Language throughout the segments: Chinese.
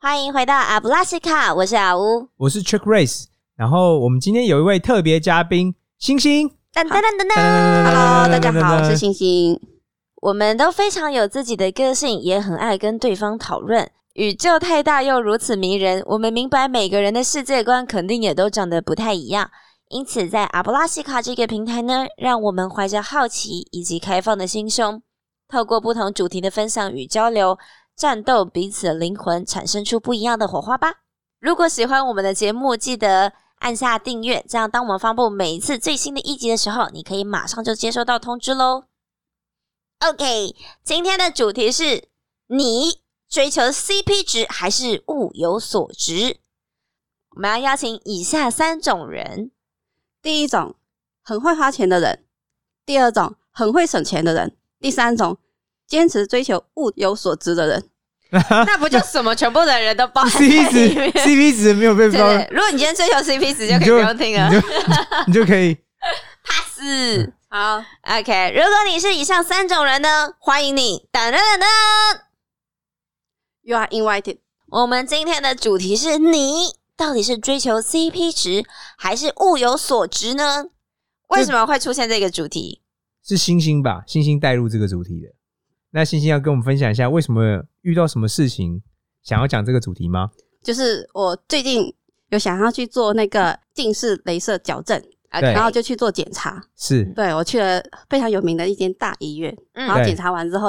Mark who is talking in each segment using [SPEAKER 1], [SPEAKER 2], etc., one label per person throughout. [SPEAKER 1] 欢迎回到阿布拉西卡，我是阿乌。
[SPEAKER 2] 我是 Chick Race，然后我们今天有一位特别嘉宾星星。
[SPEAKER 1] 噔噔噔噔噔
[SPEAKER 2] Hello，
[SPEAKER 3] Hello，大家好，我是星星。
[SPEAKER 1] 我们都非常有自己的个性，也很爱跟对方讨论。宇宙太大又如此迷人，我们明白每个人的世界观肯定也都长得不太一样。因此，在阿布拉西卡这个平台呢，让我们怀着好奇以及开放的心胸，透过不同主题的分享与交流，战斗彼此的灵魂，产生出不一样的火花吧。如果喜欢我们的节目，记得按下订阅，这样当我们发布每一次最新的一集的时候，你可以马上就接收到通知喽。OK，今天的主题是你追求 CP 值还是物有所值？我们要邀请以下三种人，
[SPEAKER 3] 第一种，很会花钱的人；第二种，很会省钱的人；第三种，坚持追求物有所值的人。
[SPEAKER 1] 那不就什么全部的人都包含在
[SPEAKER 2] CP
[SPEAKER 1] 里面
[SPEAKER 2] 值 CP 值没有被
[SPEAKER 1] 对
[SPEAKER 2] 标，
[SPEAKER 1] 对，如果你今天追求 CP 值，就可
[SPEAKER 2] 你
[SPEAKER 1] 以不用听了
[SPEAKER 2] 你。就 你就可以。
[SPEAKER 1] pass。
[SPEAKER 3] 好，
[SPEAKER 1] OK，如果你是以上三种人呢，欢迎你。噔噔噔噔，
[SPEAKER 3] You are invited。
[SPEAKER 1] 我们今天的主题是你到底是追求 CP 值还是物有所值呢？为什么会出现这个主题？
[SPEAKER 2] 是星星吧？星星带入这个主题的。那星星要跟我们分享一下，为什么遇到什么事情想要讲这个主题吗？
[SPEAKER 3] 就是我最近有想要去做那个近视镭射矫正，
[SPEAKER 2] 对
[SPEAKER 3] 然后就去做检查。
[SPEAKER 2] 是
[SPEAKER 3] 对我去了非常有名的一间大医院，
[SPEAKER 1] 嗯
[SPEAKER 3] 然后
[SPEAKER 2] 对
[SPEAKER 3] 检查完之后，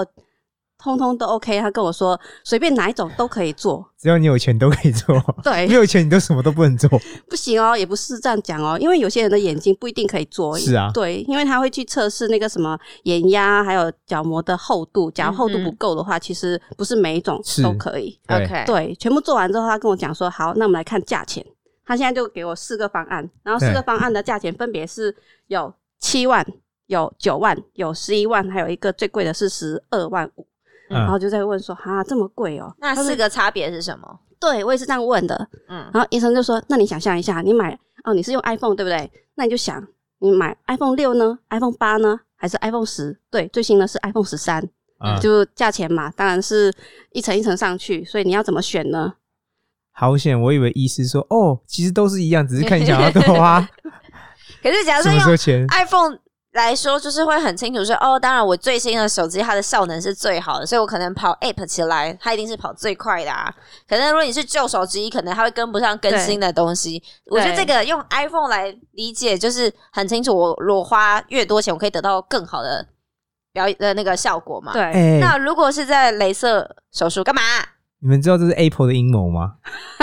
[SPEAKER 3] 通通都 OK。他跟我说，随便哪一种都可以做。
[SPEAKER 2] 只要你有钱都可以做，
[SPEAKER 3] 对
[SPEAKER 2] 没有钱你都什么都不能做。
[SPEAKER 3] 不行哦，也不是这样讲哦，因为有些人的眼睛不一定可以做。
[SPEAKER 2] 是啊
[SPEAKER 3] 对，因为他会去测试那个什么眼压，还有角膜的厚度。假如厚度
[SPEAKER 1] 嗯哼
[SPEAKER 3] 不够的话，其实不是每一种
[SPEAKER 2] 是
[SPEAKER 3] 都可以。
[SPEAKER 2] 对
[SPEAKER 1] ，OK，
[SPEAKER 3] 对，全部做完之后，他跟我讲说：“好，那我们来看价钱。”他现在就给我四个方案，然后四个
[SPEAKER 2] 对
[SPEAKER 3] 方案的价钱分别是有七万、有九万、有十一万，还有一个最贵的是十二万五。然后
[SPEAKER 2] 嗯，
[SPEAKER 3] 就在问说：“啊，这么贵哦？”
[SPEAKER 1] 那
[SPEAKER 3] 他说
[SPEAKER 1] 四个差别是什么？
[SPEAKER 3] 对我也是这样问的。
[SPEAKER 1] 嗯，
[SPEAKER 3] 然后医生就说：“那你想象一下，你买哦，你是用 iPhone 对不对？那你就想，你买 iPhone 六呢，iPhone 八呢，还是 iPhone 十？对，最新的是 iPhone 十三、
[SPEAKER 2] 嗯
[SPEAKER 3] 就价钱嘛，当然是一层一层上去，所以你要怎么选呢？
[SPEAKER 2] 好险！我以为医师说哦，其实都是一样，只是看你想要多花
[SPEAKER 1] 可是假如
[SPEAKER 2] 什
[SPEAKER 1] 说
[SPEAKER 2] 么时候
[SPEAKER 1] 用
[SPEAKER 2] 钱。
[SPEAKER 1] iPhone 来说，就是会很清楚说，哦，当然我最新的手机它的效能是最好的，所以我可能跑 App 起来，它一定是跑最快的啊。可能如果你是旧手机，可能它会跟不上更新的东西。我觉得这个用 iPhone 来理解，就是很清楚，我我花越多钱，我可以得到更好的表演的那个效果嘛。。
[SPEAKER 3] 对，
[SPEAKER 2] 哎、
[SPEAKER 1] 那如果是在镭射手术干嘛？
[SPEAKER 2] 你们知道这是 Apple 的阴谋吗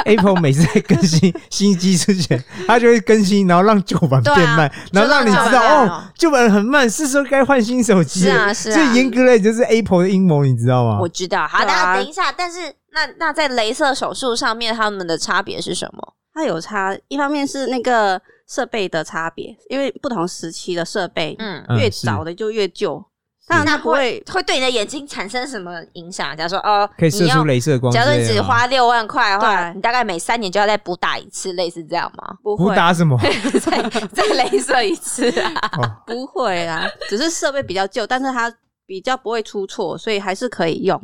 [SPEAKER 2] ？Apple 每次在更 新新机之前，它就会更新，然后让旧版
[SPEAKER 1] 对啊
[SPEAKER 2] 变慢，然后让你知
[SPEAKER 1] 就
[SPEAKER 2] 道
[SPEAKER 1] 让旧版变慢
[SPEAKER 2] 哦，旧版很慢，是时候该换新手机
[SPEAKER 1] 是
[SPEAKER 2] 了。
[SPEAKER 1] 啊，是啊。
[SPEAKER 2] 最严格来讲就是 Apple 的阴谋，你知道吗
[SPEAKER 1] 我？知道，好，
[SPEAKER 3] 对啊
[SPEAKER 1] 大家等一下。但是，那那在镭射手术上面，他们的差别是什么？
[SPEAKER 3] 它有差，一方面是那个设备的差别，因为不同时期的设备，
[SPEAKER 1] 嗯，
[SPEAKER 2] 嗯
[SPEAKER 3] 越
[SPEAKER 2] 是
[SPEAKER 3] 早的就越旧，当然它不会
[SPEAKER 1] 会对你的眼睛产生什么影响？假如说哦，
[SPEAKER 2] 可以射
[SPEAKER 1] 你
[SPEAKER 2] 出
[SPEAKER 1] 要
[SPEAKER 2] 镭射光啊之
[SPEAKER 1] 假
[SPEAKER 2] 类的
[SPEAKER 1] 如
[SPEAKER 2] 吗。
[SPEAKER 1] 你只花六万块的话，
[SPEAKER 3] 对
[SPEAKER 1] 你大概每三年就要再补打一次，类似这样吗？
[SPEAKER 3] 不
[SPEAKER 2] 不
[SPEAKER 3] 会
[SPEAKER 2] 打什么？
[SPEAKER 1] 再再镭射一次 啊？
[SPEAKER 2] 哦
[SPEAKER 3] 不会啦，只是设备比较旧，但是它比较不会出错，所以还是可以用。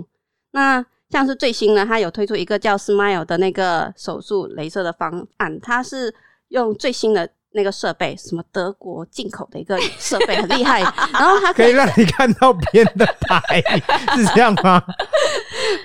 [SPEAKER 3] 那像是最新呢，它有推出一个叫 Smile 的那个手术镭射的方案，它是用最新的那个设备，什么德国进口的一个设备，很 厉害。然后它可
[SPEAKER 2] 可以
[SPEAKER 3] 以
[SPEAKER 2] 让你看到别人的牌，是这样吗？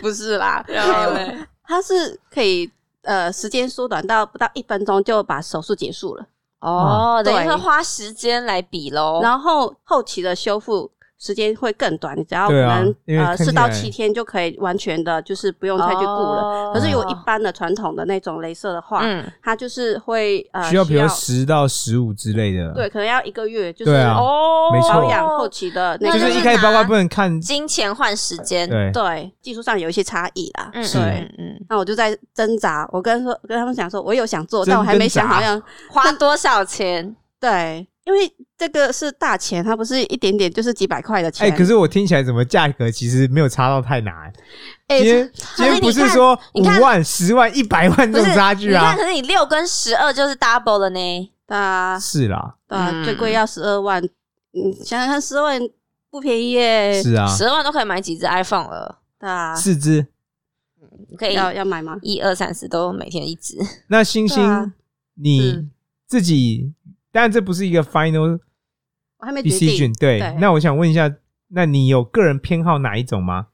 [SPEAKER 3] 不是 啦，
[SPEAKER 1] 然后嘞
[SPEAKER 3] 它是可以呃时间缩短到不到一分钟就把手术结束了，
[SPEAKER 1] 哦，等于
[SPEAKER 3] 对
[SPEAKER 1] 说花时间来比喽。
[SPEAKER 3] 然后后期的修复。时间会更短，你只要可
[SPEAKER 2] 对啊
[SPEAKER 3] 能、
[SPEAKER 2] 因为
[SPEAKER 3] 呃
[SPEAKER 2] 看起
[SPEAKER 3] 四到
[SPEAKER 2] 来
[SPEAKER 3] 七天就可以完全的，就是不用再去顾了。
[SPEAKER 1] 哦
[SPEAKER 3] 可是有一般的传统的那种镭射的话，
[SPEAKER 1] 嗯，
[SPEAKER 3] 它就是会呃
[SPEAKER 1] 啊
[SPEAKER 2] 需要比如十到十五之类的。
[SPEAKER 3] 对，，可能要一个月，就是
[SPEAKER 2] 对啊
[SPEAKER 1] 哦
[SPEAKER 2] 没错
[SPEAKER 3] 保养后期的那
[SPEAKER 1] 那
[SPEAKER 3] 个，
[SPEAKER 2] 就是一开始包括不能看。
[SPEAKER 1] 金钱换时间，
[SPEAKER 2] 对，
[SPEAKER 3] 对技术上有一些差异啦。
[SPEAKER 1] 嗯，
[SPEAKER 2] 是
[SPEAKER 1] 嗯嗯，
[SPEAKER 3] 那我就在挣扎，我跟说跟他们讲说，我有想做，但
[SPEAKER 2] 真
[SPEAKER 3] 我还没想
[SPEAKER 2] 挣扎
[SPEAKER 3] 好像
[SPEAKER 1] 花多少钱？
[SPEAKER 3] 对，因为这个是大钱，它不是一点点就是几百块的
[SPEAKER 2] 哎、
[SPEAKER 3] 钱。
[SPEAKER 2] 可是我听起来怎么价格其实没有差到太难。
[SPEAKER 3] 哎
[SPEAKER 2] 今天今天不是说
[SPEAKER 1] 你
[SPEAKER 2] 五
[SPEAKER 1] 看
[SPEAKER 2] 万、十万、一百万
[SPEAKER 1] 不
[SPEAKER 2] 这种
[SPEAKER 1] 是
[SPEAKER 2] 差距
[SPEAKER 1] 你看，
[SPEAKER 2] 啊
[SPEAKER 1] 可？是你六跟十二就是 double 了呢。
[SPEAKER 3] 啊
[SPEAKER 2] 是啦，
[SPEAKER 3] 啊，
[SPEAKER 1] 嗯
[SPEAKER 3] 最贵要十二万，你想想看，十万不便宜耶。
[SPEAKER 2] 是啊，
[SPEAKER 1] 十万都可以买几只 iPhone 了。
[SPEAKER 3] 对啊，
[SPEAKER 2] 四只
[SPEAKER 1] 可以
[SPEAKER 3] 要要买吗？
[SPEAKER 1] 一二三四都每天一支。
[SPEAKER 2] 那星星，
[SPEAKER 3] 对啊
[SPEAKER 2] 你
[SPEAKER 3] 嗯
[SPEAKER 2] 自己，当然这不是一个 final
[SPEAKER 3] 我还没决定
[SPEAKER 2] decision，。对。
[SPEAKER 3] 对
[SPEAKER 2] 那我想问一下，那你有个人偏好哪一种吗？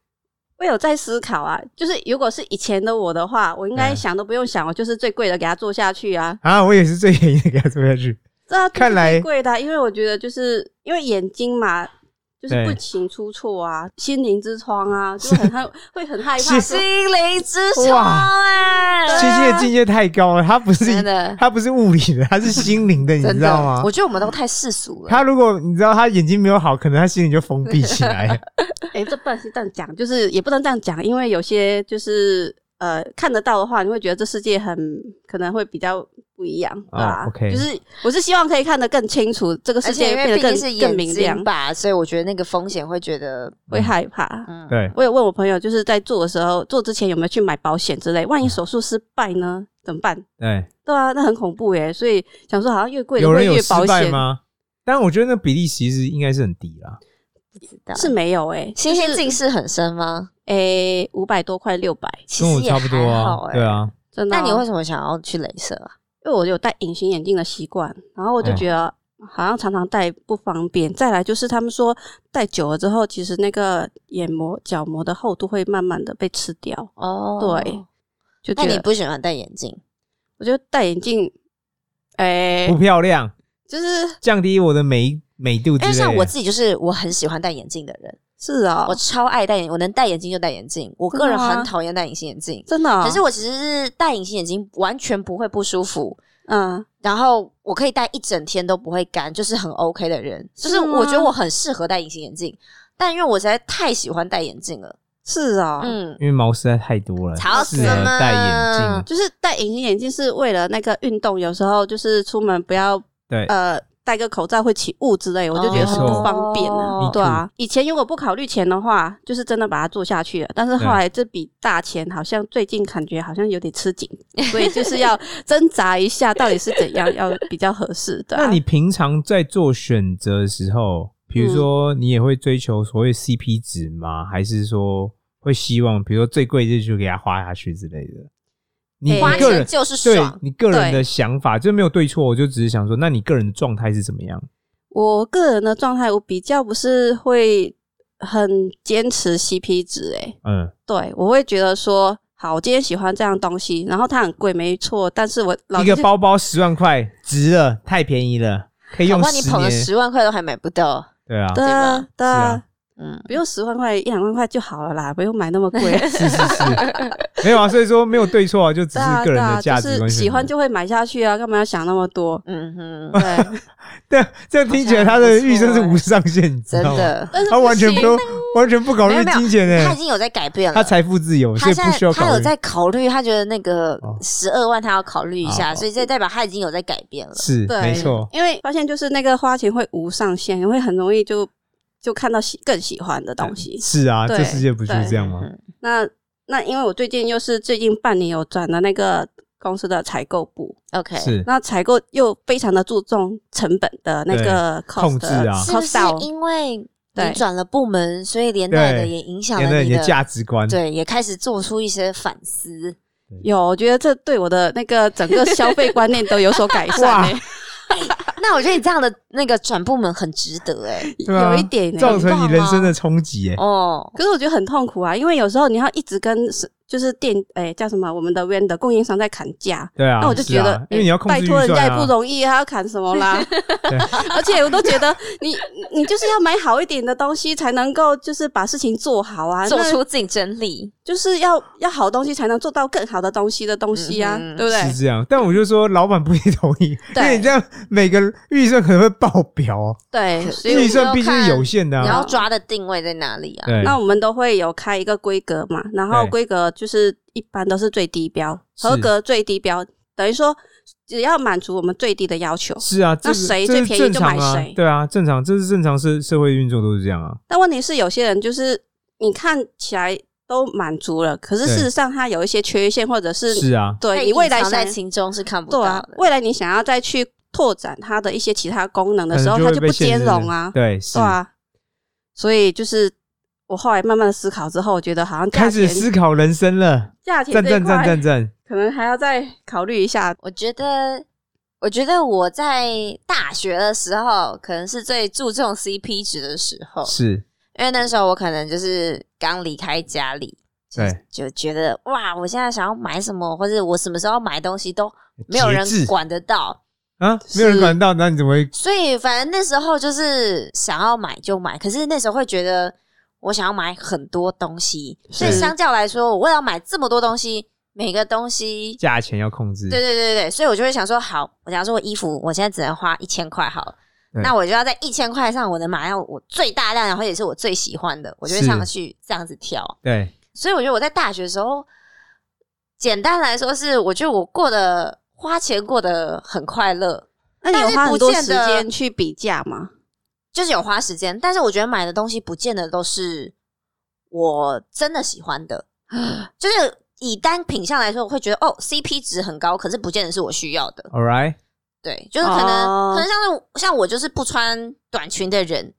[SPEAKER 3] 我有在思考啊，就是如果是以前的我的话，我应该
[SPEAKER 2] 嗯
[SPEAKER 3] 想都不用想，我就是最贵的给它做下去啊。
[SPEAKER 2] 啊，我也是最愿意给他做下去。
[SPEAKER 3] 这啊
[SPEAKER 2] 看来
[SPEAKER 3] 最贵的啊、因为我觉得就是因为眼睛嘛，就是
[SPEAKER 2] 对
[SPEAKER 3] 不情出错啊，心灵之窗啊，就很害会很害怕
[SPEAKER 2] 是
[SPEAKER 3] 说。
[SPEAKER 1] 心灵之窗
[SPEAKER 2] 哇
[SPEAKER 1] 哎、
[SPEAKER 2] 星星的境界太高了，他不是
[SPEAKER 1] 真的
[SPEAKER 2] 他不是物理的，他是心灵的，你
[SPEAKER 1] 真
[SPEAKER 2] 知道
[SPEAKER 1] 的
[SPEAKER 2] 吗，
[SPEAKER 1] 我？觉得我们都太世俗了。
[SPEAKER 2] 他如果你知道他眼睛没有好，可能他心里就封闭起来。
[SPEAKER 3] 哎、这不能是这样讲，就是也不能这样讲，因为有些就是呃看得到的话，你会觉得这世界很可能会比较不一样，对吧、
[SPEAKER 2] 哦，OK
[SPEAKER 3] 就是我是希望可以看得更清楚，这个
[SPEAKER 1] 而
[SPEAKER 3] 世
[SPEAKER 1] 且
[SPEAKER 3] 界
[SPEAKER 1] 因
[SPEAKER 3] 变
[SPEAKER 1] 为
[SPEAKER 3] 得
[SPEAKER 1] 毕
[SPEAKER 3] 更
[SPEAKER 1] 竟是
[SPEAKER 3] 更
[SPEAKER 1] 眼
[SPEAKER 3] 明亮
[SPEAKER 1] 睛，吧，所以我觉得那个风险会觉得，
[SPEAKER 3] 会害怕。
[SPEAKER 1] 嗯，
[SPEAKER 2] 对，
[SPEAKER 3] 我有问我朋友，就是在做的时候，做之前有没有去买保险之类？
[SPEAKER 2] 啊
[SPEAKER 3] 万一手术失败呢，怎么办？
[SPEAKER 2] 对，
[SPEAKER 3] 对啊，那很恐怖耶。所以想说，好像越贵的
[SPEAKER 2] 有
[SPEAKER 3] 会
[SPEAKER 2] 人有
[SPEAKER 3] 越
[SPEAKER 2] 失
[SPEAKER 3] 保
[SPEAKER 2] 败
[SPEAKER 3] 险，
[SPEAKER 2] 吗？但我觉得那比例其实应该是很低啦。
[SPEAKER 1] 不知道
[SPEAKER 3] 是没有哎，
[SPEAKER 1] 星星近视很深吗？
[SPEAKER 3] 诶，五百多块六百，
[SPEAKER 1] 其
[SPEAKER 2] 跟我
[SPEAKER 1] 实也
[SPEAKER 2] 差不多
[SPEAKER 1] 还好
[SPEAKER 2] 啊，
[SPEAKER 1] 哎、
[SPEAKER 2] 对。啊，
[SPEAKER 3] 真的哦。
[SPEAKER 1] 那你为什么想要去镭射啊？
[SPEAKER 3] 因为我有戴隐形眼镜的习惯，然后我就觉得好像常常戴不方便。再来就是他们说戴久了之后，其实那个眼膜、角膜的厚度会慢慢的被吃掉，
[SPEAKER 1] 哦，
[SPEAKER 3] 对，就
[SPEAKER 1] 那
[SPEAKER 3] 觉
[SPEAKER 1] 你
[SPEAKER 3] 得
[SPEAKER 1] 不喜欢戴眼镜？
[SPEAKER 3] 我觉得戴眼镜，
[SPEAKER 1] 哎
[SPEAKER 3] 诶，
[SPEAKER 2] 不漂亮，
[SPEAKER 3] 就是
[SPEAKER 2] 降低我的美美度之
[SPEAKER 1] 因为
[SPEAKER 2] 类的。
[SPEAKER 1] 像我自己就是我很喜欢戴眼镜的人，
[SPEAKER 3] 是啊、
[SPEAKER 1] 我超爱戴眼，我能戴眼镜就戴眼镜。我个人
[SPEAKER 3] 真的吗
[SPEAKER 1] 很讨厌戴隐形眼镜，
[SPEAKER 3] 真的哦、
[SPEAKER 1] 可是我其实是戴隐形眼镜完全不会不舒服，
[SPEAKER 3] 嗯，
[SPEAKER 1] 然后我可以戴一整天都不会干，就是很 OK 的人。就是
[SPEAKER 3] 是吗
[SPEAKER 1] 我觉得我很适合戴隐形眼镜，但因为我实在太喜欢戴眼镜了，
[SPEAKER 3] 是啊、
[SPEAKER 1] 嗯，
[SPEAKER 2] 因为毛实在太多了，
[SPEAKER 1] 吵
[SPEAKER 2] 适
[SPEAKER 1] 死
[SPEAKER 2] 合
[SPEAKER 1] 了
[SPEAKER 2] 戴眼镜。
[SPEAKER 3] 就是戴隐形眼镜是为了那个运动，有时候就是出门不要
[SPEAKER 2] 对，
[SPEAKER 3] 呃戴个口罩会起雾之类，我就觉
[SPEAKER 1] 哦
[SPEAKER 3] 得很不方便
[SPEAKER 1] 没
[SPEAKER 3] 啊
[SPEAKER 2] 哦
[SPEAKER 1] 错。
[SPEAKER 3] 对
[SPEAKER 2] 嗯
[SPEAKER 3] 啊，以前如果不考虑钱的话，就是真的把它做下去了。但是后来这笔大钱好像最近感觉好像有点吃紧，所 以就是要挣扎一下，到底是怎样要比较合适啊的、
[SPEAKER 2] 那你平常在做选择的时候，比
[SPEAKER 1] 嗯
[SPEAKER 2] 如说你也会追求所谓 CP 值吗？还是说会希望，比如说最贵就就给它花下去之类的？你
[SPEAKER 3] 诶
[SPEAKER 1] 哎花
[SPEAKER 2] 个人、
[SPEAKER 1] 钱就是
[SPEAKER 2] 对
[SPEAKER 1] 爽。
[SPEAKER 2] 你个人的想法，就没有对错，我就只是想说，那你个人的状态是怎么样？
[SPEAKER 3] 我个人的状态，我比较不是会很坚持 CP 值、欸，
[SPEAKER 2] 嗯，
[SPEAKER 3] 对，我会觉得说，好，我今天喜欢这样东西，然后它很贵，没错，但是我老
[SPEAKER 2] 一个
[SPEAKER 3] 是
[SPEAKER 2] 包包十万块，值了，太便宜了，可以
[SPEAKER 1] 搞
[SPEAKER 2] 用
[SPEAKER 1] 不好你
[SPEAKER 2] 十
[SPEAKER 1] 捧了
[SPEAKER 2] 年。
[SPEAKER 1] 十万块都还买不到，
[SPEAKER 2] 对啊，
[SPEAKER 3] 对啊对
[SPEAKER 2] 是
[SPEAKER 3] 啊
[SPEAKER 2] 啊，
[SPEAKER 1] 嗯，？
[SPEAKER 3] 不用十万块，一两万块就好了啦，不用买那么贵。
[SPEAKER 2] 是是 是，没有啊，所以说没有对错啊，就只是
[SPEAKER 3] 对啊，
[SPEAKER 2] 个
[SPEAKER 3] 对
[SPEAKER 2] 人
[SPEAKER 3] 啊，
[SPEAKER 2] 的
[SPEAKER 3] 就
[SPEAKER 2] 价值
[SPEAKER 3] 是
[SPEAKER 2] 观选择。
[SPEAKER 3] 喜欢就会买下去啊，干嘛要想那么多
[SPEAKER 1] 嗯 哼，
[SPEAKER 3] 对，
[SPEAKER 2] 对，啊这样听起来他的
[SPEAKER 3] 啊
[SPEAKER 2] 预算是无上限，你知
[SPEAKER 1] 真
[SPEAKER 2] 道吗？
[SPEAKER 1] 的。
[SPEAKER 3] 但是
[SPEAKER 2] 他完全不
[SPEAKER 3] 行
[SPEAKER 2] 用，完全不考虑金钱
[SPEAKER 1] 他已
[SPEAKER 2] 诶，
[SPEAKER 1] 经有在改变了，
[SPEAKER 2] 他财富自由，所
[SPEAKER 1] 他
[SPEAKER 2] 以
[SPEAKER 1] 现
[SPEAKER 2] 不需
[SPEAKER 1] 在
[SPEAKER 2] 要
[SPEAKER 1] 他
[SPEAKER 2] 考
[SPEAKER 1] 有
[SPEAKER 2] 虑。
[SPEAKER 1] 在考虑，他觉得那个
[SPEAKER 2] 哦
[SPEAKER 1] 十二万他要考虑一下，
[SPEAKER 2] 哦
[SPEAKER 1] 所以这代表他已经有在改变了。
[SPEAKER 2] 是，
[SPEAKER 3] 对，
[SPEAKER 2] 没错，
[SPEAKER 3] 因为发现就是那个花钱会无上限，会很容易就就看到喜更喜欢的东西。
[SPEAKER 2] 是啊，
[SPEAKER 3] 对
[SPEAKER 2] 这世界不就是这样吗？
[SPEAKER 1] 嗯
[SPEAKER 3] 那那因为我最近又是最近半年有转了那个公司的采购部，
[SPEAKER 1] ，OK，
[SPEAKER 2] 是，
[SPEAKER 3] 那采购又非常的注重成本的那个
[SPEAKER 2] 对
[SPEAKER 3] cost
[SPEAKER 2] 控制啊
[SPEAKER 1] 是不
[SPEAKER 3] cost
[SPEAKER 1] 是
[SPEAKER 3] down，
[SPEAKER 1] 因为你
[SPEAKER 3] 对
[SPEAKER 1] 转了部门，所以连带的也影响
[SPEAKER 2] 连
[SPEAKER 1] 了
[SPEAKER 2] 带
[SPEAKER 1] 你
[SPEAKER 2] 你的价值观，
[SPEAKER 1] 对，也开始做出一些反思。
[SPEAKER 3] 有，我觉得这对我的那个整个消费观念都有所改 善、
[SPEAKER 2] 哇
[SPEAKER 3] 欸，
[SPEAKER 1] 那我觉得你这样的那个转部门很值得哎、
[SPEAKER 2] 对啊
[SPEAKER 3] 有一点、欸，
[SPEAKER 2] 造成你人生的冲击诶。
[SPEAKER 1] 哦，
[SPEAKER 3] 可是我觉得很痛苦啊，因为有时候你要一直跟是就是店诶、叫什么我们的 v e n 的供应商在砍价。
[SPEAKER 2] 对啊，
[SPEAKER 3] 那我就是觉
[SPEAKER 2] 啊
[SPEAKER 3] 得，
[SPEAKER 2] 因为你要
[SPEAKER 3] 欸
[SPEAKER 2] 控制
[SPEAKER 3] 拜
[SPEAKER 2] 预
[SPEAKER 3] 托人家
[SPEAKER 2] 算
[SPEAKER 3] 也不
[SPEAKER 2] 啊，
[SPEAKER 3] 容易，还要砍什 么啦？而且我都觉得你你就是要买好一点的东西，才能够就是把事情做好啊，
[SPEAKER 1] 做
[SPEAKER 3] 那
[SPEAKER 1] 出竞争力，
[SPEAKER 3] 就是要要好东西才能做到更好的东西的东西啊，
[SPEAKER 1] 嗯嗯
[SPEAKER 3] 对不对？
[SPEAKER 2] 是这样。但我就说，老板不一定同意，因为你这样每个预算可能会爆表哦，
[SPEAKER 3] 对，所以
[SPEAKER 1] 你
[SPEAKER 2] 预算
[SPEAKER 1] 要
[SPEAKER 2] 毕竟是
[SPEAKER 1] 看
[SPEAKER 2] 有限的
[SPEAKER 1] 你
[SPEAKER 2] 啊。
[SPEAKER 1] 要抓的定位在哪里啊？
[SPEAKER 2] 对，
[SPEAKER 3] 那我们都会有开一个规格嘛，然后
[SPEAKER 2] 对
[SPEAKER 3] 规格就是一般都是最低标，
[SPEAKER 2] 是
[SPEAKER 3] 合格最低标，等于说只要满足我们最低的要求。
[SPEAKER 2] 是啊，这
[SPEAKER 3] 那
[SPEAKER 2] 是
[SPEAKER 3] 谁
[SPEAKER 2] 这
[SPEAKER 3] 最
[SPEAKER 2] 是
[SPEAKER 3] 便宜
[SPEAKER 2] 正
[SPEAKER 3] 就
[SPEAKER 2] 常
[SPEAKER 3] 买
[SPEAKER 2] 啊
[SPEAKER 3] 谁
[SPEAKER 2] 对啊，正常，这是正常社社会运作都是这样啊。
[SPEAKER 3] 但问题是，有些人就是你看起来都满足了，可是
[SPEAKER 2] 对
[SPEAKER 3] 事实上他有一些缺陷，或者是
[SPEAKER 2] 是啊，
[SPEAKER 1] 它
[SPEAKER 3] 对
[SPEAKER 1] 已
[SPEAKER 3] 你
[SPEAKER 1] 经
[SPEAKER 3] 未来
[SPEAKER 1] 藏
[SPEAKER 3] 想
[SPEAKER 1] 在其中是看不
[SPEAKER 3] 对
[SPEAKER 1] 到
[SPEAKER 3] 啊
[SPEAKER 1] 的，，
[SPEAKER 3] 未来你想要再去拓展它的一些其他功能的
[SPEAKER 2] 可
[SPEAKER 3] 时
[SPEAKER 2] 能
[SPEAKER 3] 候，
[SPEAKER 2] 就
[SPEAKER 3] 它
[SPEAKER 2] 会
[SPEAKER 3] 就
[SPEAKER 2] 被
[SPEAKER 3] 不
[SPEAKER 2] 限
[SPEAKER 3] 兼
[SPEAKER 2] 制
[SPEAKER 3] 啊容啊，
[SPEAKER 2] 对，是
[SPEAKER 3] 对啊，所以就是我后来慢慢的思考之后，我觉得好像价
[SPEAKER 2] 开
[SPEAKER 3] 钱
[SPEAKER 2] 始思考人生了，
[SPEAKER 3] 价钱
[SPEAKER 2] 赞
[SPEAKER 3] 这一
[SPEAKER 2] 赞赞
[SPEAKER 3] 块
[SPEAKER 2] 赞赞，
[SPEAKER 3] 可能还要再考虑一下。
[SPEAKER 1] 我觉得，我觉得我在大学的时候，可能是最注重 CP 值的时候，
[SPEAKER 2] 是
[SPEAKER 1] 因为那时候我可能就是刚离开家里，
[SPEAKER 2] 对，
[SPEAKER 1] 就觉得哇，我现在想要买什么，或者我什么时候买东西都没有人
[SPEAKER 2] 节制
[SPEAKER 1] 管得到，
[SPEAKER 2] 啊，没有人
[SPEAKER 3] 是
[SPEAKER 2] 管到，那你怎么会？
[SPEAKER 1] 所以反正那时候就是想要买就买，可是那时候会觉得我想要买很多东西，所以
[SPEAKER 2] 是
[SPEAKER 1] 相较来说，我为了买这么多东西，每个东西。
[SPEAKER 2] 价钱要控制，
[SPEAKER 1] 对对对对，所以我就会想说，好，我假如说我衣服我现在只能花一千块好了，
[SPEAKER 2] 对
[SPEAKER 1] 那我就要在一千块上我能买到我最大量，然后也是我最喜欢的，我就会
[SPEAKER 2] 是
[SPEAKER 1] 上去这样子挑。
[SPEAKER 2] 对，
[SPEAKER 1] 所以我觉得我在大学的时候，简单来说是，我觉得我过得花钱过得很快乐，
[SPEAKER 3] 那你有
[SPEAKER 1] 但是
[SPEAKER 3] 花
[SPEAKER 1] 不
[SPEAKER 3] 很多
[SPEAKER 1] 见
[SPEAKER 3] 时
[SPEAKER 1] 得
[SPEAKER 3] 间去比价吗？
[SPEAKER 1] 就是有花时间，但是我觉得买的东西不见得都是我真的喜欢的，就是以单品相来说，我会觉得哦 CP 值很高，可是不见得是我需要的。
[SPEAKER 2] ，All right，
[SPEAKER 1] 对，就是可能、
[SPEAKER 3] 哦
[SPEAKER 1] 可能像是像我就是不穿短裙的人。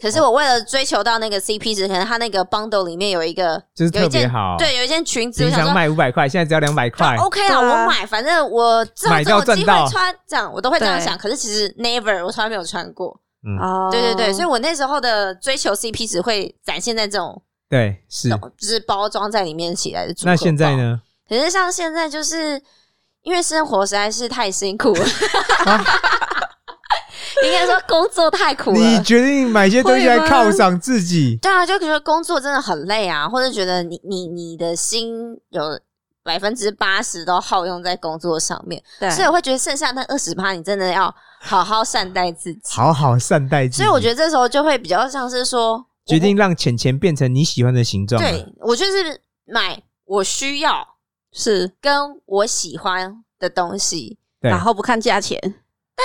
[SPEAKER 1] 可是我为了追求到那个 CP 值，可能它那个 bundle 里面有一个
[SPEAKER 2] 就是
[SPEAKER 1] 有一
[SPEAKER 2] 特别
[SPEAKER 1] 件
[SPEAKER 2] 好，
[SPEAKER 1] 对，有一件裙子，我
[SPEAKER 2] 平
[SPEAKER 1] 想说
[SPEAKER 2] 常卖五百块，现在只要两百块，
[SPEAKER 1] 就 OK 啦，
[SPEAKER 3] 对啊
[SPEAKER 1] 我买，反正我之后
[SPEAKER 2] 买
[SPEAKER 1] 总
[SPEAKER 2] 到
[SPEAKER 1] 有机
[SPEAKER 2] 赚到
[SPEAKER 1] 会穿，这样我都会这样
[SPEAKER 3] 对
[SPEAKER 1] 想。可是其实 never 我从来没有穿过，
[SPEAKER 2] 嗯
[SPEAKER 3] 哦
[SPEAKER 1] 对对对，所以
[SPEAKER 3] 以
[SPEAKER 1] 我那时候的追求 CP 值会展现在这种，
[SPEAKER 2] 对，是。
[SPEAKER 1] 就是包装在里面起来的。
[SPEAKER 2] 嗯那现在？呢？
[SPEAKER 1] 可是像现在就是因为生活实在是太辛苦了，
[SPEAKER 2] 啊
[SPEAKER 1] 应该说工作太苦
[SPEAKER 2] 你
[SPEAKER 1] 了。
[SPEAKER 2] 决定买些东西来
[SPEAKER 3] 会吗
[SPEAKER 2] 犒赏自己，
[SPEAKER 1] 对啊，就觉得工作真的很累啊，或者觉得你你你的心有百分之八十都耗用在工作上面。
[SPEAKER 3] 对，
[SPEAKER 1] 所以我会觉得剩下那二十趴，你真的要好好善待自己。
[SPEAKER 2] 好好善待自己。
[SPEAKER 1] 所以我觉得这时候就会比较像是说，
[SPEAKER 2] 决定让钱钱变成你喜欢的形状了。
[SPEAKER 1] 对我就是买我需要
[SPEAKER 3] 是，
[SPEAKER 1] 跟我喜欢的东西，
[SPEAKER 2] 对
[SPEAKER 3] 然后不看价钱，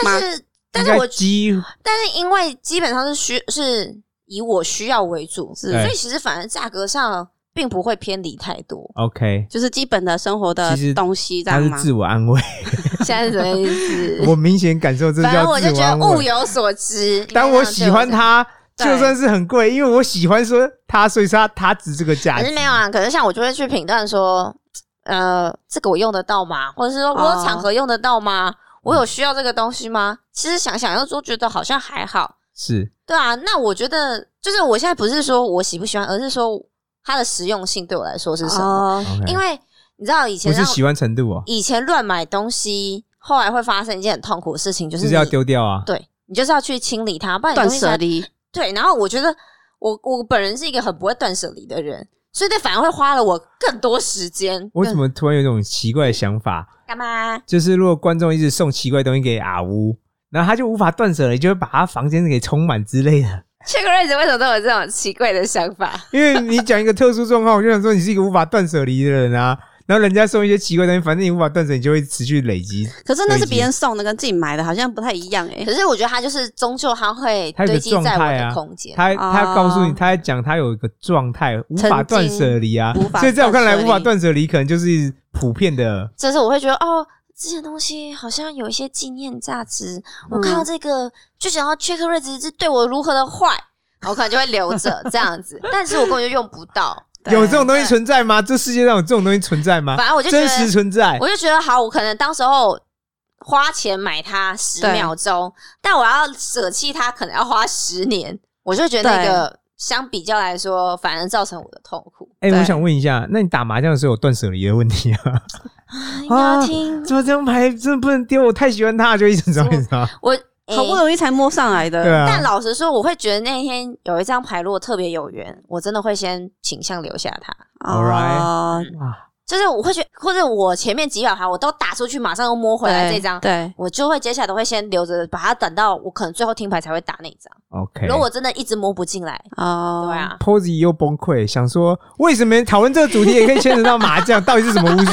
[SPEAKER 1] 但是但是
[SPEAKER 2] 应该
[SPEAKER 1] 我
[SPEAKER 2] 几乎。
[SPEAKER 1] 但是因为基本上是需是以我需要为主，
[SPEAKER 3] 是
[SPEAKER 1] 所以其实反而价格上并不会偏离太多
[SPEAKER 2] OK，
[SPEAKER 3] 就是基本的生活的
[SPEAKER 2] 其实
[SPEAKER 3] 东西，这
[SPEAKER 2] 他
[SPEAKER 3] 样
[SPEAKER 2] 是
[SPEAKER 3] 吗？
[SPEAKER 2] 自我 安慰，
[SPEAKER 1] 现在是什么意思？
[SPEAKER 2] 我明显感受这
[SPEAKER 1] 反正
[SPEAKER 2] 叫
[SPEAKER 1] 我就
[SPEAKER 2] 自
[SPEAKER 1] 觉得
[SPEAKER 2] 我安
[SPEAKER 1] 物
[SPEAKER 2] 慰。
[SPEAKER 1] 有啊所值。
[SPEAKER 2] 当我喜欢
[SPEAKER 1] 它。
[SPEAKER 2] 它，
[SPEAKER 1] 对
[SPEAKER 2] 就算是很贵，因为我喜欢说它，所以说它它值这个价
[SPEAKER 1] 可是
[SPEAKER 2] 值。
[SPEAKER 1] 没有啊，可是像我就会去评断说，呃，这个我用得到吗？或者是说我有
[SPEAKER 3] 哦
[SPEAKER 1] 场合用得到
[SPEAKER 2] 嗯
[SPEAKER 1] 吗？我有需要这个东西吗？其实想想又说，觉得好像还好，
[SPEAKER 2] 是
[SPEAKER 1] 对啊。那我觉得就是我现在不是说我喜不喜欢，而是说它的实用性对我来说是什么？
[SPEAKER 3] 哦，
[SPEAKER 2] ，OK
[SPEAKER 1] 因为你知道以前
[SPEAKER 2] 哎不是
[SPEAKER 1] 让
[SPEAKER 2] 喜欢程度哦，
[SPEAKER 1] 以前乱买东西，后来会发生一件很痛苦的事情，就
[SPEAKER 2] 就是是要
[SPEAKER 1] 你
[SPEAKER 2] 丢掉啊。
[SPEAKER 1] 对你就是要去清理它，不然你
[SPEAKER 3] 断
[SPEAKER 1] 东西才
[SPEAKER 3] 舍离，
[SPEAKER 1] 对，然后我觉得我我本人是一个很不会断舍离的人，所以那反而会花了我更多时间。
[SPEAKER 2] 我怎么突然有一种奇怪的想法？
[SPEAKER 1] 干嘛？
[SPEAKER 2] 就是如果观众一直送奇怪的东西给阿乌，然后他就无法断舍离，就会把他房间给充满之类的。
[SPEAKER 1] 这个日子为什么都有这种奇怪的想法？
[SPEAKER 2] 因为你讲一个特殊状况，我就想说你是一个无法断舍离的人啊。然后人家送一些奇怪的东西，反正你无法断舍，你就会持续累积。
[SPEAKER 3] 可是那
[SPEAKER 2] 累
[SPEAKER 3] 是
[SPEAKER 2] 积
[SPEAKER 3] 别人送的，跟自己买的好像不太一样 哎、
[SPEAKER 1] 可是我觉得它就是终究它会
[SPEAKER 2] 它有
[SPEAKER 1] 堆
[SPEAKER 2] 个
[SPEAKER 1] 积
[SPEAKER 2] 状
[SPEAKER 1] 在我
[SPEAKER 2] 态啊
[SPEAKER 1] 的空间。
[SPEAKER 2] 他他
[SPEAKER 3] 哦
[SPEAKER 2] 告诉你，他在讲他有一个状态无
[SPEAKER 1] 曾
[SPEAKER 2] 法
[SPEAKER 1] 经
[SPEAKER 2] 断舍离啊
[SPEAKER 3] 无，法
[SPEAKER 2] 所以在我看来，
[SPEAKER 3] 断舍离
[SPEAKER 2] 无法断舍离可能就是普遍的。
[SPEAKER 1] 就是我会觉得哦，这些东西好像有一些纪念价值。我看到这个就想要 check 日子是对我如何的坏，我可能就会留着这样 子，但是我根本就用不到。
[SPEAKER 3] 对啊
[SPEAKER 2] 有这种东西存在吗？这世界上有这种东西存在吗？
[SPEAKER 1] 反正我就觉得
[SPEAKER 2] 真实存
[SPEAKER 3] 哎
[SPEAKER 2] 在
[SPEAKER 1] 我就觉得好，我可能当时候花钱买它十
[SPEAKER 3] 对
[SPEAKER 1] 秒钟，但我要舍弃它，可能要花十年。我就觉得那个相比较来说，反而造成我的痛苦。
[SPEAKER 2] 哎、
[SPEAKER 3] 对
[SPEAKER 2] 我想问一下，那你打麻将的时候有断舍离的问题啊？
[SPEAKER 1] 你要听、
[SPEAKER 2] 怎么这张牌真的不能丢？我太喜欢它了，就一直找一直找。
[SPEAKER 1] 我，
[SPEAKER 3] 好不
[SPEAKER 1] 易。
[SPEAKER 3] 容易才摸上来的，
[SPEAKER 2] 对
[SPEAKER 1] 但
[SPEAKER 2] 啊，
[SPEAKER 1] 老实说，我会觉得那天有一张牌如果特别有缘，我真的会先倾向留下它。
[SPEAKER 3] 哦
[SPEAKER 1] Alright
[SPEAKER 2] 哇，
[SPEAKER 1] 就是我会觉得，或者我前面几百盘我都打出去，马上又摸回来
[SPEAKER 3] 对
[SPEAKER 1] 这张，
[SPEAKER 3] 对，
[SPEAKER 1] 我就会接下来都会先留着，把它等到我可能最后听牌才会打那张。
[SPEAKER 2] OK。
[SPEAKER 1] 如果我真的一直摸不进来，
[SPEAKER 3] 哦，
[SPEAKER 1] 对，啊，
[SPEAKER 2] Posy 又崩溃，想说为什么讨论这个主题也可以牵扯到麻将，到底是什么巫术？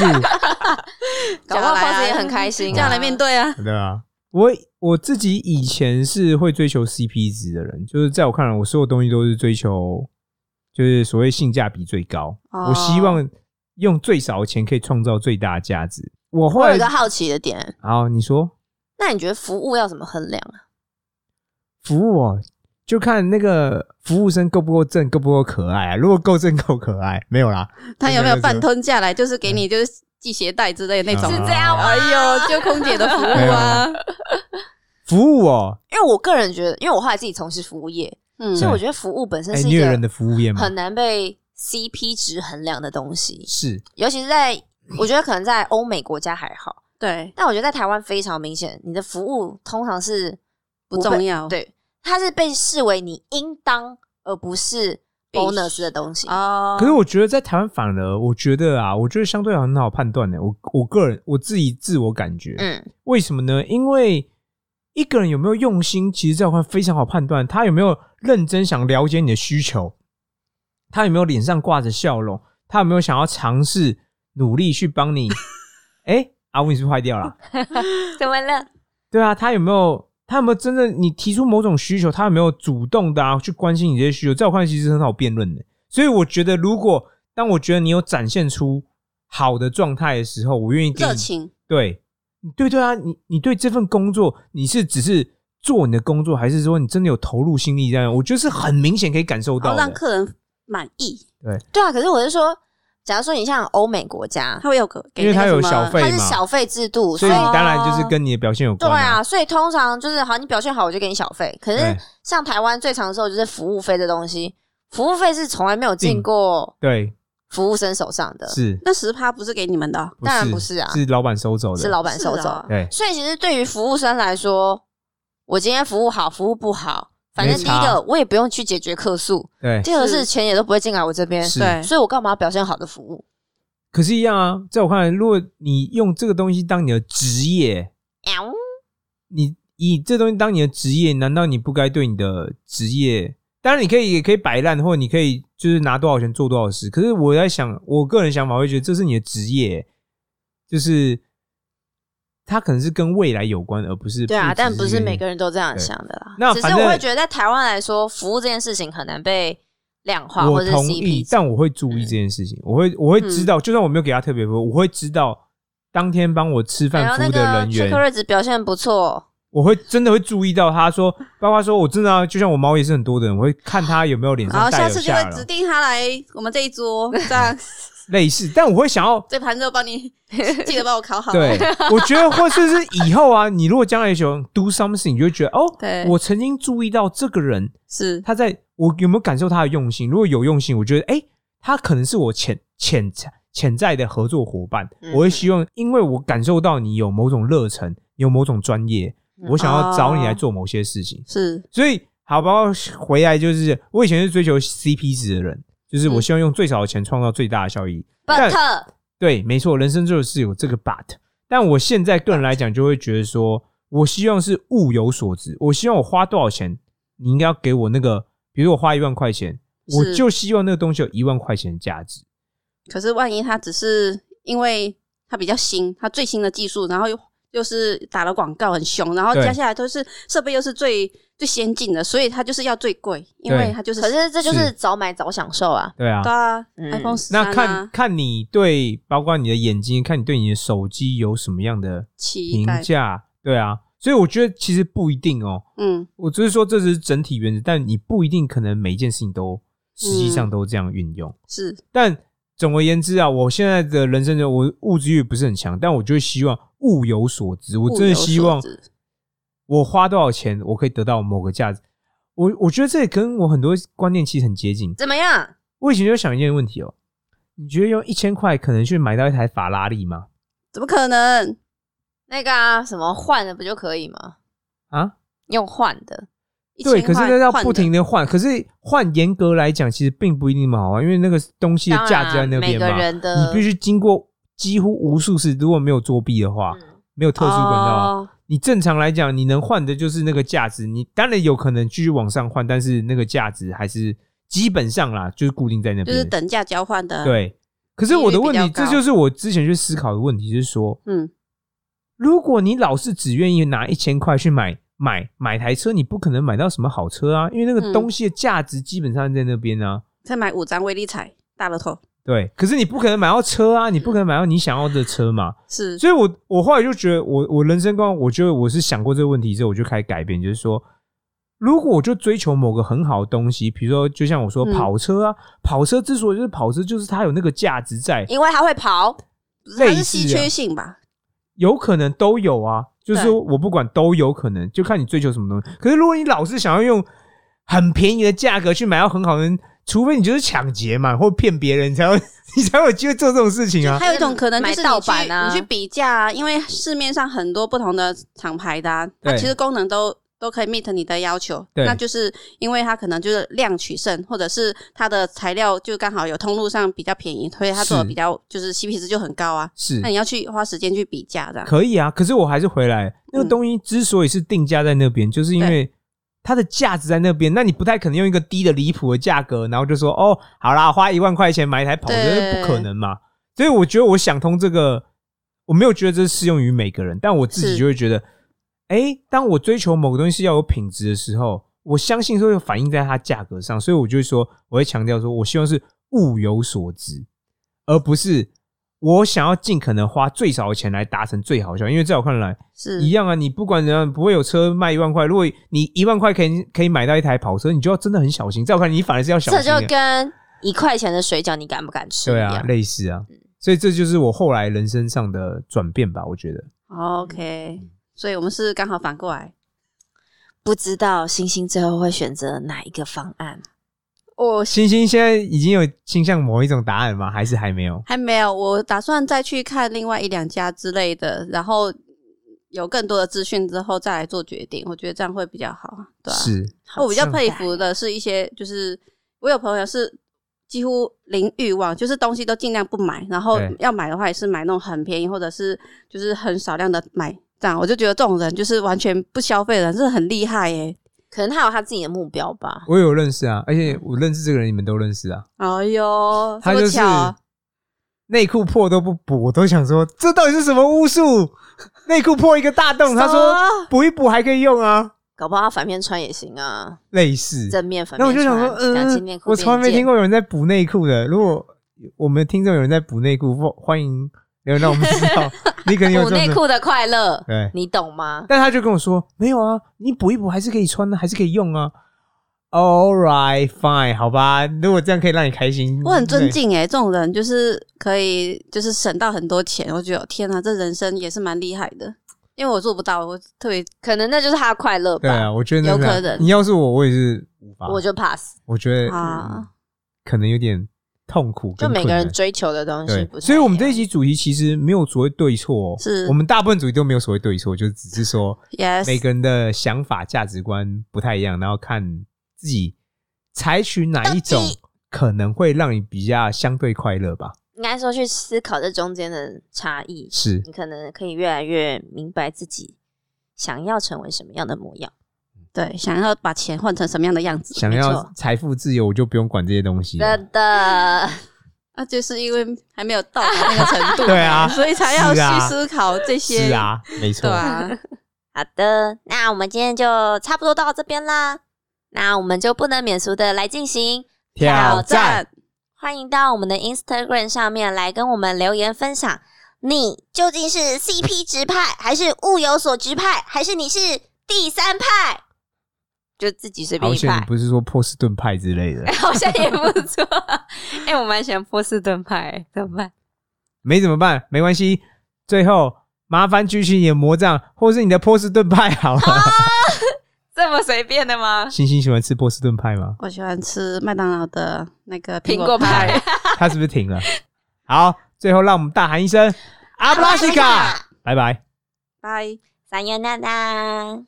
[SPEAKER 1] 搞不好 Posy 也很开心啊
[SPEAKER 3] 这样来面对啊，
[SPEAKER 2] 对啊，我我自己以前是会追求 CP 值的人，就是在我看来，我所有东西都是追求，就是所谓性价比最高。
[SPEAKER 3] 哦
[SPEAKER 2] 我希望用最少的钱可以创造最大的价值。我后
[SPEAKER 1] 我有
[SPEAKER 2] 来
[SPEAKER 1] 一个，好奇的点，
[SPEAKER 2] 好，你说
[SPEAKER 1] 那你觉得服务要怎么衡量啊？
[SPEAKER 2] 服务哦，就看那个服务生够不够正，够不够可爱啊。如果够正够可爱，没有啦，
[SPEAKER 3] 他有没有半
[SPEAKER 2] 透？
[SPEAKER 3] 吞下来，就是给你就是系鞋带之类的那种。
[SPEAKER 2] 是
[SPEAKER 1] 这样吗
[SPEAKER 3] 哎呦，就空姐的服务
[SPEAKER 2] 没有
[SPEAKER 3] 啊
[SPEAKER 2] 啊，服务哦，
[SPEAKER 1] 因为我个人觉得，因为我后来自己从事服务业，
[SPEAKER 3] 嗯
[SPEAKER 1] 其实我觉得服务本身
[SPEAKER 2] 哎，
[SPEAKER 1] 是一
[SPEAKER 2] 虐人
[SPEAKER 1] 个
[SPEAKER 2] 的服务业嘛，
[SPEAKER 1] 很难被 CP 值衡量的东西，
[SPEAKER 2] 是
[SPEAKER 1] 尤其是在我觉得可能在欧美国家还好，
[SPEAKER 3] 对，
[SPEAKER 1] 但我觉得在台湾非常明显，你的服务通常是
[SPEAKER 3] 不重要。
[SPEAKER 1] 对，它是被视为你应当，而不是
[SPEAKER 3] 必须
[SPEAKER 1] bonus 的东西。
[SPEAKER 3] 哦，
[SPEAKER 2] 可是我觉得在台湾反而，我觉得啊，我觉得相对很好判断的。欸我我个人我自己自我感觉，
[SPEAKER 1] 嗯，
[SPEAKER 2] 为什么呢？因为一个人有没有用心，其实这块非常好判断，他有没有认真想了解你的需求，他有没有脸上挂着笑容，他有没有想要尝试努力去帮你。哎、阿文你是不是坏掉了？啊
[SPEAKER 1] 怎么了？
[SPEAKER 2] 对啊，他有没有他有没有真的你提出某种需求，他有没有主动的啊去关心你这些需求？在我看来，其实很好辩论的。所以我觉得，如果当我觉得你有展现出好的状态的时候，我愿意给你
[SPEAKER 3] 热情，
[SPEAKER 2] 对，对对啊，你你对这份工作，你是只是做你的工作，还是说你真的有投入心力在那？我觉得是很明显可以感受
[SPEAKER 3] 然
[SPEAKER 2] 到
[SPEAKER 3] 后让
[SPEAKER 2] 的。
[SPEAKER 3] 客人满意，
[SPEAKER 1] 对啊，可是我是说，假如说你像欧美国家，
[SPEAKER 3] 他会有个，
[SPEAKER 2] 因为他有小费
[SPEAKER 3] 费，
[SPEAKER 1] 它是
[SPEAKER 2] 嘛，
[SPEAKER 1] 小费制度，
[SPEAKER 2] 所
[SPEAKER 1] 所
[SPEAKER 2] 以
[SPEAKER 1] 以
[SPEAKER 2] 你当然就是跟你的表现有
[SPEAKER 1] 对
[SPEAKER 2] 关、
[SPEAKER 1] 啊，所以通常就是好，你表现好我就给你小费。可是
[SPEAKER 2] 对
[SPEAKER 1] 像台湾最常受就是服务费的东西，服务费是从来没有进过
[SPEAKER 2] 对，
[SPEAKER 1] 服务生手上的，
[SPEAKER 2] 嗯是，
[SPEAKER 3] 那十趴不是给你们的哦，
[SPEAKER 1] 当然不是啊
[SPEAKER 2] 是老板收走的，
[SPEAKER 1] 是老板收
[SPEAKER 3] 是
[SPEAKER 1] 走。
[SPEAKER 3] 哦
[SPEAKER 2] 对，
[SPEAKER 1] 所以其实对于服务生来说，我今天服务好，服务不好，反正
[SPEAKER 2] 没
[SPEAKER 1] 第
[SPEAKER 2] 差
[SPEAKER 1] 一个我也不用去解决客诉，
[SPEAKER 2] 对，
[SPEAKER 1] 第二个
[SPEAKER 3] 是
[SPEAKER 1] 是钱也都不会进来我这边，
[SPEAKER 2] 是
[SPEAKER 3] 对，
[SPEAKER 1] 所以我干嘛要表现好的服务？
[SPEAKER 2] 可是，一样啊，在我看来，如果你用这个东西当你的职业，
[SPEAKER 1] 喵
[SPEAKER 2] 你以这东西当你的职业，难道你不该对你的职业？当然，你可以也可以摆烂，或者你可以就是拿多少钱做多少事。可是我在想，我个人想法会觉得这是你的职业，就是它可能是跟未来有关，而不是
[SPEAKER 1] 对啊，但不是每
[SPEAKER 2] 人
[SPEAKER 1] 个人都这样
[SPEAKER 2] 对
[SPEAKER 1] 想的啦。
[SPEAKER 2] 那
[SPEAKER 1] 只是
[SPEAKER 2] 反正
[SPEAKER 1] 我会觉得在台湾来说，服务这件事情很难被量化或
[SPEAKER 2] 我
[SPEAKER 1] 者是
[SPEAKER 2] 同意
[SPEAKER 1] CP，，值
[SPEAKER 2] 但我会注意这件事情，我会我会知道，就算我没有给他特别服务，我会知道当天帮我吃
[SPEAKER 1] 然后
[SPEAKER 2] 饭服
[SPEAKER 1] 那
[SPEAKER 2] 务的
[SPEAKER 1] 个
[SPEAKER 2] 人员
[SPEAKER 1] c h 日子表现不错，
[SPEAKER 2] 我会真的会注意到他说，包括说我真的啊、就像我毛也是很多的人，我会看他有没有脸
[SPEAKER 3] 然
[SPEAKER 2] 上
[SPEAKER 3] 后
[SPEAKER 2] 带
[SPEAKER 3] 下
[SPEAKER 2] 有
[SPEAKER 3] 次就会
[SPEAKER 2] 下
[SPEAKER 3] 指
[SPEAKER 2] 了
[SPEAKER 3] 定他来我们这一桌，这样
[SPEAKER 2] 类似，但我会想要
[SPEAKER 3] 这盘肉帮 你记得帮我烤好。
[SPEAKER 2] 对，我觉得或是是以后啊，你如果将来想 do something，你就会觉得哦，
[SPEAKER 3] 对
[SPEAKER 2] 我曾经注意到这个人，
[SPEAKER 3] 是
[SPEAKER 2] 他在我有没有感受他的用心？如果有用心，我觉得哎、诶他可能是我潜潜潜在的合作伙伴，
[SPEAKER 1] 嗯
[SPEAKER 2] 我会希望，因为我感受到你有某种热忱，有某种专业，
[SPEAKER 1] 嗯
[SPEAKER 2] 我想要找你来
[SPEAKER 3] 哦
[SPEAKER 2] 做某些事情。
[SPEAKER 3] 是，
[SPEAKER 2] 所以好，包括回来就是，我以前是追求 CP 值的人，
[SPEAKER 3] 嗯
[SPEAKER 2] 就是我希望用最少的钱创造最大的效益。但
[SPEAKER 1] but
[SPEAKER 2] 对，没错，人生就是有这个 but。但我现在个人来讲，就会觉得说，我希望是物有所值，我希望我花多少钱，你应该要给我那个，比如我花一万块钱，
[SPEAKER 3] 是
[SPEAKER 2] 我就希望那个东西有一万块钱的价值。
[SPEAKER 3] 可是万一他只是因为他比较新，他最新的技术，然后又又是打了广告很凶，然后
[SPEAKER 2] 对
[SPEAKER 3] 接下来都是设备又是最最先进的，所以他就是要最贵，因为
[SPEAKER 2] 对
[SPEAKER 3] 他就是
[SPEAKER 1] 可是这就是是早买早享受啊。
[SPEAKER 2] 对啊，
[SPEAKER 3] 对啊、
[SPEAKER 1] 嗯
[SPEAKER 3] i p h o n e 十
[SPEAKER 2] 那看
[SPEAKER 3] 啊，
[SPEAKER 2] 看你对，包括你的眼睛，看你对你的手机有什么样的
[SPEAKER 3] 期
[SPEAKER 2] 评
[SPEAKER 3] 待，
[SPEAKER 2] 价。对啊，所以我觉得其实不一定哦。
[SPEAKER 3] 嗯，
[SPEAKER 2] 我只是说这是整体原则，但你不一定可能每一件事情都实际
[SPEAKER 3] 嗯
[SPEAKER 2] 上都这样运用。
[SPEAKER 3] 是
[SPEAKER 2] 但总而言之啊，我现在的人生中，我物质欲不是很强，但我就会希望物有所值。我真的希望
[SPEAKER 3] 物有所值
[SPEAKER 2] 我花多少钱，我可以得到某个价值。我我觉得这也跟我很多观念其实很接近。
[SPEAKER 1] 怎么样？
[SPEAKER 2] 我以前就想一件问题哦，你觉得用一千块可能去买到一台法拉利吗？
[SPEAKER 3] 怎么可能？
[SPEAKER 1] 那个啊，什么换的不就可以吗？
[SPEAKER 2] 啊，
[SPEAKER 1] 用换的，
[SPEAKER 2] 对，可是那要不停
[SPEAKER 3] 的
[SPEAKER 2] 的换，可是换严格来讲，其实并不一定那么好玩，啊因为那个东西的
[SPEAKER 1] 当
[SPEAKER 2] 价值在
[SPEAKER 1] 然
[SPEAKER 2] 那
[SPEAKER 1] 每
[SPEAKER 2] 边
[SPEAKER 1] 个
[SPEAKER 2] 嘛。
[SPEAKER 1] 人的
[SPEAKER 2] 你必须经过几乎无数次，如果没有作弊的话，
[SPEAKER 1] 嗯
[SPEAKER 2] 没有特殊管道，啊
[SPEAKER 3] 哦，
[SPEAKER 2] 你正常来讲，你能换的就是那个价值。你当然有可能继续往上换，但是那个价值还是基本上啦，就是固定在那边。
[SPEAKER 3] 就是等价交换的，，
[SPEAKER 2] 对。可是我的问
[SPEAKER 3] 几率
[SPEAKER 2] 题，
[SPEAKER 3] 比较
[SPEAKER 2] 这
[SPEAKER 3] 高
[SPEAKER 2] 就是我之前去思考的问题，是说，
[SPEAKER 3] 嗯，
[SPEAKER 2] 如果你老是只愿意拿一千块去买买买台车，你不可能买到什么好车啊，因为那个
[SPEAKER 3] 嗯
[SPEAKER 2] 东西的价值基本上在那边啊。
[SPEAKER 3] 再买五张威力彩大乐透
[SPEAKER 2] 对，可是你不可能买到车
[SPEAKER 3] 嗯
[SPEAKER 2] 啊，你不可能买到你想要的车嘛。
[SPEAKER 3] 是
[SPEAKER 2] 所以我我后来就觉得我，我人生观，我觉得我是想过这个问题之后，我就开始改变，就是说如果我就追求某个很好的东西，比如说，就像我说
[SPEAKER 3] 嗯
[SPEAKER 2] 跑车啊，跑车之所以就是跑车，就是它有那个价值在，
[SPEAKER 1] 因为他会跑，
[SPEAKER 3] 不是它
[SPEAKER 2] 类
[SPEAKER 3] 是
[SPEAKER 2] 似
[SPEAKER 3] 稀
[SPEAKER 2] 啊
[SPEAKER 3] 缺性吧？
[SPEAKER 2] 有可能都有啊。就是
[SPEAKER 3] 对
[SPEAKER 2] 我不管都有可能，就看你追求什么东西。可是如果你老是想要用很便宜的价格去买到很好的，除非你就是抢劫嘛，或骗别人，你才会 你才有机会做这种事情啊。
[SPEAKER 3] 还有一种可能就
[SPEAKER 1] 买
[SPEAKER 3] 是
[SPEAKER 1] 盗
[SPEAKER 3] 你去
[SPEAKER 1] 版啊
[SPEAKER 3] 你去比价啊，因为市面上很多不同的厂牌的、啊，它
[SPEAKER 2] 对
[SPEAKER 3] 其实功能都都可以 meet 你的要求。
[SPEAKER 2] 对
[SPEAKER 3] 那就是因为它可能就是量取胜，或者是它的材料就刚好有通路上比较便宜，所以它做的
[SPEAKER 2] 是
[SPEAKER 3] 比较就是 CP 值就很高啊。
[SPEAKER 2] 是
[SPEAKER 3] 那你要去花时间去比价的啊，
[SPEAKER 2] 可以啊，可是我还是回来。那个
[SPEAKER 3] 嗯
[SPEAKER 2] 东西之所以是定价在那边，就是因为它的价值在那边。那你不太可能用一个低的离谱的价格，然后就说哦，好啦，花一万块钱买一台跑车，
[SPEAKER 3] 对
[SPEAKER 2] 这不可能嘛。所以我觉得我想通这个，我没有觉得这是适用于每个人，但我自己
[SPEAKER 3] 是
[SPEAKER 2] 就会觉得，哎、当我追求某个东西是要有品质的时候，我相信是会反映在它价格上，所以我就会说，我会强调说，我希望是物有所值，而不是我想要尽可能花最少的钱来达成最好的效益。因为在我看来，
[SPEAKER 3] 是
[SPEAKER 2] 一样啊，你不管怎样，不会有车卖一万块。如果你一万块可以可以买到一台跑车，你就要真的很小心。在我看来，你反而是要小
[SPEAKER 1] 这
[SPEAKER 2] 心的。
[SPEAKER 1] 就跟一块钱的水饺你敢不敢吃一
[SPEAKER 2] 对啊，
[SPEAKER 1] 样。嗯
[SPEAKER 2] 类似啊，所以这就是我后来人生上的转变吧，我觉 得。
[SPEAKER 3] OK，所以我们是刚好反过来。
[SPEAKER 1] 不知道星星最后会选择哪一个方案？
[SPEAKER 3] 我
[SPEAKER 2] 星星现在已经有倾向某一种答案吗？还是还没有？
[SPEAKER 3] 还没有，我打算再去看另外一两家之类的，然后有更多的资讯之后再来做决定。我觉得这样会比较好啊，对啊。
[SPEAKER 2] 是
[SPEAKER 3] 我比较
[SPEAKER 2] 好
[SPEAKER 3] 佩服的是一些，就是我有朋友是几乎零欲望，就是东西都尽量不买，然后
[SPEAKER 2] 对
[SPEAKER 3] 要买的话也是买那种很便宜或者是就是很少量的买。这样我就觉得这种人就是完全不消费的人，真的很厉害耶、
[SPEAKER 1] 可能他有他自己的目标吧。
[SPEAKER 2] 我有认识啊，而且我认识这个人，你们都认识啊。
[SPEAKER 3] 哎
[SPEAKER 1] 哦
[SPEAKER 3] 呦，
[SPEAKER 2] 他
[SPEAKER 3] 这
[SPEAKER 2] 就
[SPEAKER 3] 么
[SPEAKER 2] 是
[SPEAKER 3] 巧啊、
[SPEAKER 2] 内裤破都不补，我都想说这到底是什么巫术？ 内裤破一个大洞，他说
[SPEAKER 1] 说，
[SPEAKER 2] 补一补还可以用啊，
[SPEAKER 1] 搞不好他反面穿也行啊，类
[SPEAKER 2] 类似。
[SPEAKER 1] 正面反
[SPEAKER 2] 那
[SPEAKER 1] 面
[SPEAKER 2] 我就
[SPEAKER 1] 穿。
[SPEAKER 2] 想说，
[SPEAKER 1] 两
[SPEAKER 2] 嗯
[SPEAKER 1] 件内，裤
[SPEAKER 2] 我从来没
[SPEAKER 1] 并肩
[SPEAKER 2] 听过有人在补内裤的。如果我们听众有人在补内裤，欢迎留言让我们知 道，你肯定有
[SPEAKER 1] 补
[SPEAKER 2] 这种
[SPEAKER 1] 内
[SPEAKER 2] 人。
[SPEAKER 1] 裤的快乐，
[SPEAKER 2] 对
[SPEAKER 1] 你懂吗？
[SPEAKER 2] 但他就跟我说：“没有啊，你补一补还是可以穿的，还是可以用啊。” All right, fine，好吧，如果这样可以让你开心，
[SPEAKER 3] 我很尊
[SPEAKER 2] 嗯对。
[SPEAKER 3] 敬哎、这种人就是可以就是省到很多钱，我觉得天啊，这人生也是蛮厉害的。因为我做不到，我特别
[SPEAKER 1] 可能那就是他的快乐
[SPEAKER 2] 对
[SPEAKER 1] 吧。
[SPEAKER 2] 啊，我觉得那个
[SPEAKER 3] 有可能
[SPEAKER 2] 你要是我，我也是无法，
[SPEAKER 1] 我就 pass，
[SPEAKER 2] 我觉得、
[SPEAKER 3] 啊
[SPEAKER 2] 嗯可能有点痛苦
[SPEAKER 1] 就
[SPEAKER 2] 跟困难，
[SPEAKER 1] 每个人追求的东西不
[SPEAKER 2] 对，
[SPEAKER 1] 太
[SPEAKER 2] 所以我们
[SPEAKER 1] 一样
[SPEAKER 2] 这一集主题其实没有所谓对错、哦，
[SPEAKER 3] 是
[SPEAKER 2] 我们大部分主题都没有所谓对错，就只是说
[SPEAKER 3] yes
[SPEAKER 2] 每个人的想法、价值观不太一样，然后看自己采取哪一种
[SPEAKER 1] 到底
[SPEAKER 2] 可能会让你比较相对快乐吧。
[SPEAKER 1] 应该说去思考这中间的差异，
[SPEAKER 2] 是，
[SPEAKER 1] 你可能可以越来越明白自己想要成为什么样的模样。
[SPEAKER 3] 对想要把钱换成什么样的样子，
[SPEAKER 2] 想
[SPEAKER 3] 没
[SPEAKER 2] 要
[SPEAKER 3] 错
[SPEAKER 2] 财富自由，我就不用管这些东西了。
[SPEAKER 1] 真的，
[SPEAKER 3] 那、啊就是因为还没有到达那个程 度，
[SPEAKER 2] 对啊
[SPEAKER 3] 所以才要
[SPEAKER 2] 是啊
[SPEAKER 3] 去思考这些，
[SPEAKER 2] 是啊，没错
[SPEAKER 3] 对，啊，
[SPEAKER 1] 好的，那我们今天就差不多到这边啦。那我们就不能免俗的来进行，挑战，欢迎到我们的 Instagram 上面来跟我们留言分享，你究竟是 CP 值派，还是物有所值派，还是你是第三派？就自己随便
[SPEAKER 2] 好
[SPEAKER 1] 一
[SPEAKER 2] 险你
[SPEAKER 1] 派，
[SPEAKER 2] 不是说波士顿派之 类的，
[SPEAKER 1] 好像也不错。哎、我蛮喜欢波士顿派，怎么办？
[SPEAKER 2] 没怎么办，没关系。最后麻烦举起你的魔杖，或是你的波士顿派好了。
[SPEAKER 3] 啊？
[SPEAKER 1] 这么随便的吗？
[SPEAKER 2] 星星喜欢吃波士顿派吗
[SPEAKER 3] 我喜欢吃麦当劳的那个
[SPEAKER 1] 苹
[SPEAKER 3] 果
[SPEAKER 1] 果派，
[SPEAKER 2] 他是不是停了？好，最后让我们大喊一声阿布拉西卡，拜拜。
[SPEAKER 3] 拜。
[SPEAKER 1] 撒由那拉。